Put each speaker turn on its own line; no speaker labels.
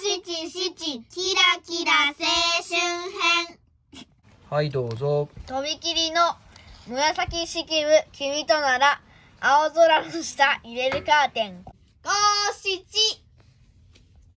七キラキラ青春編
はい、どうぞ。
とびきりの紫式部君となら青空の下入れるカーテン
五七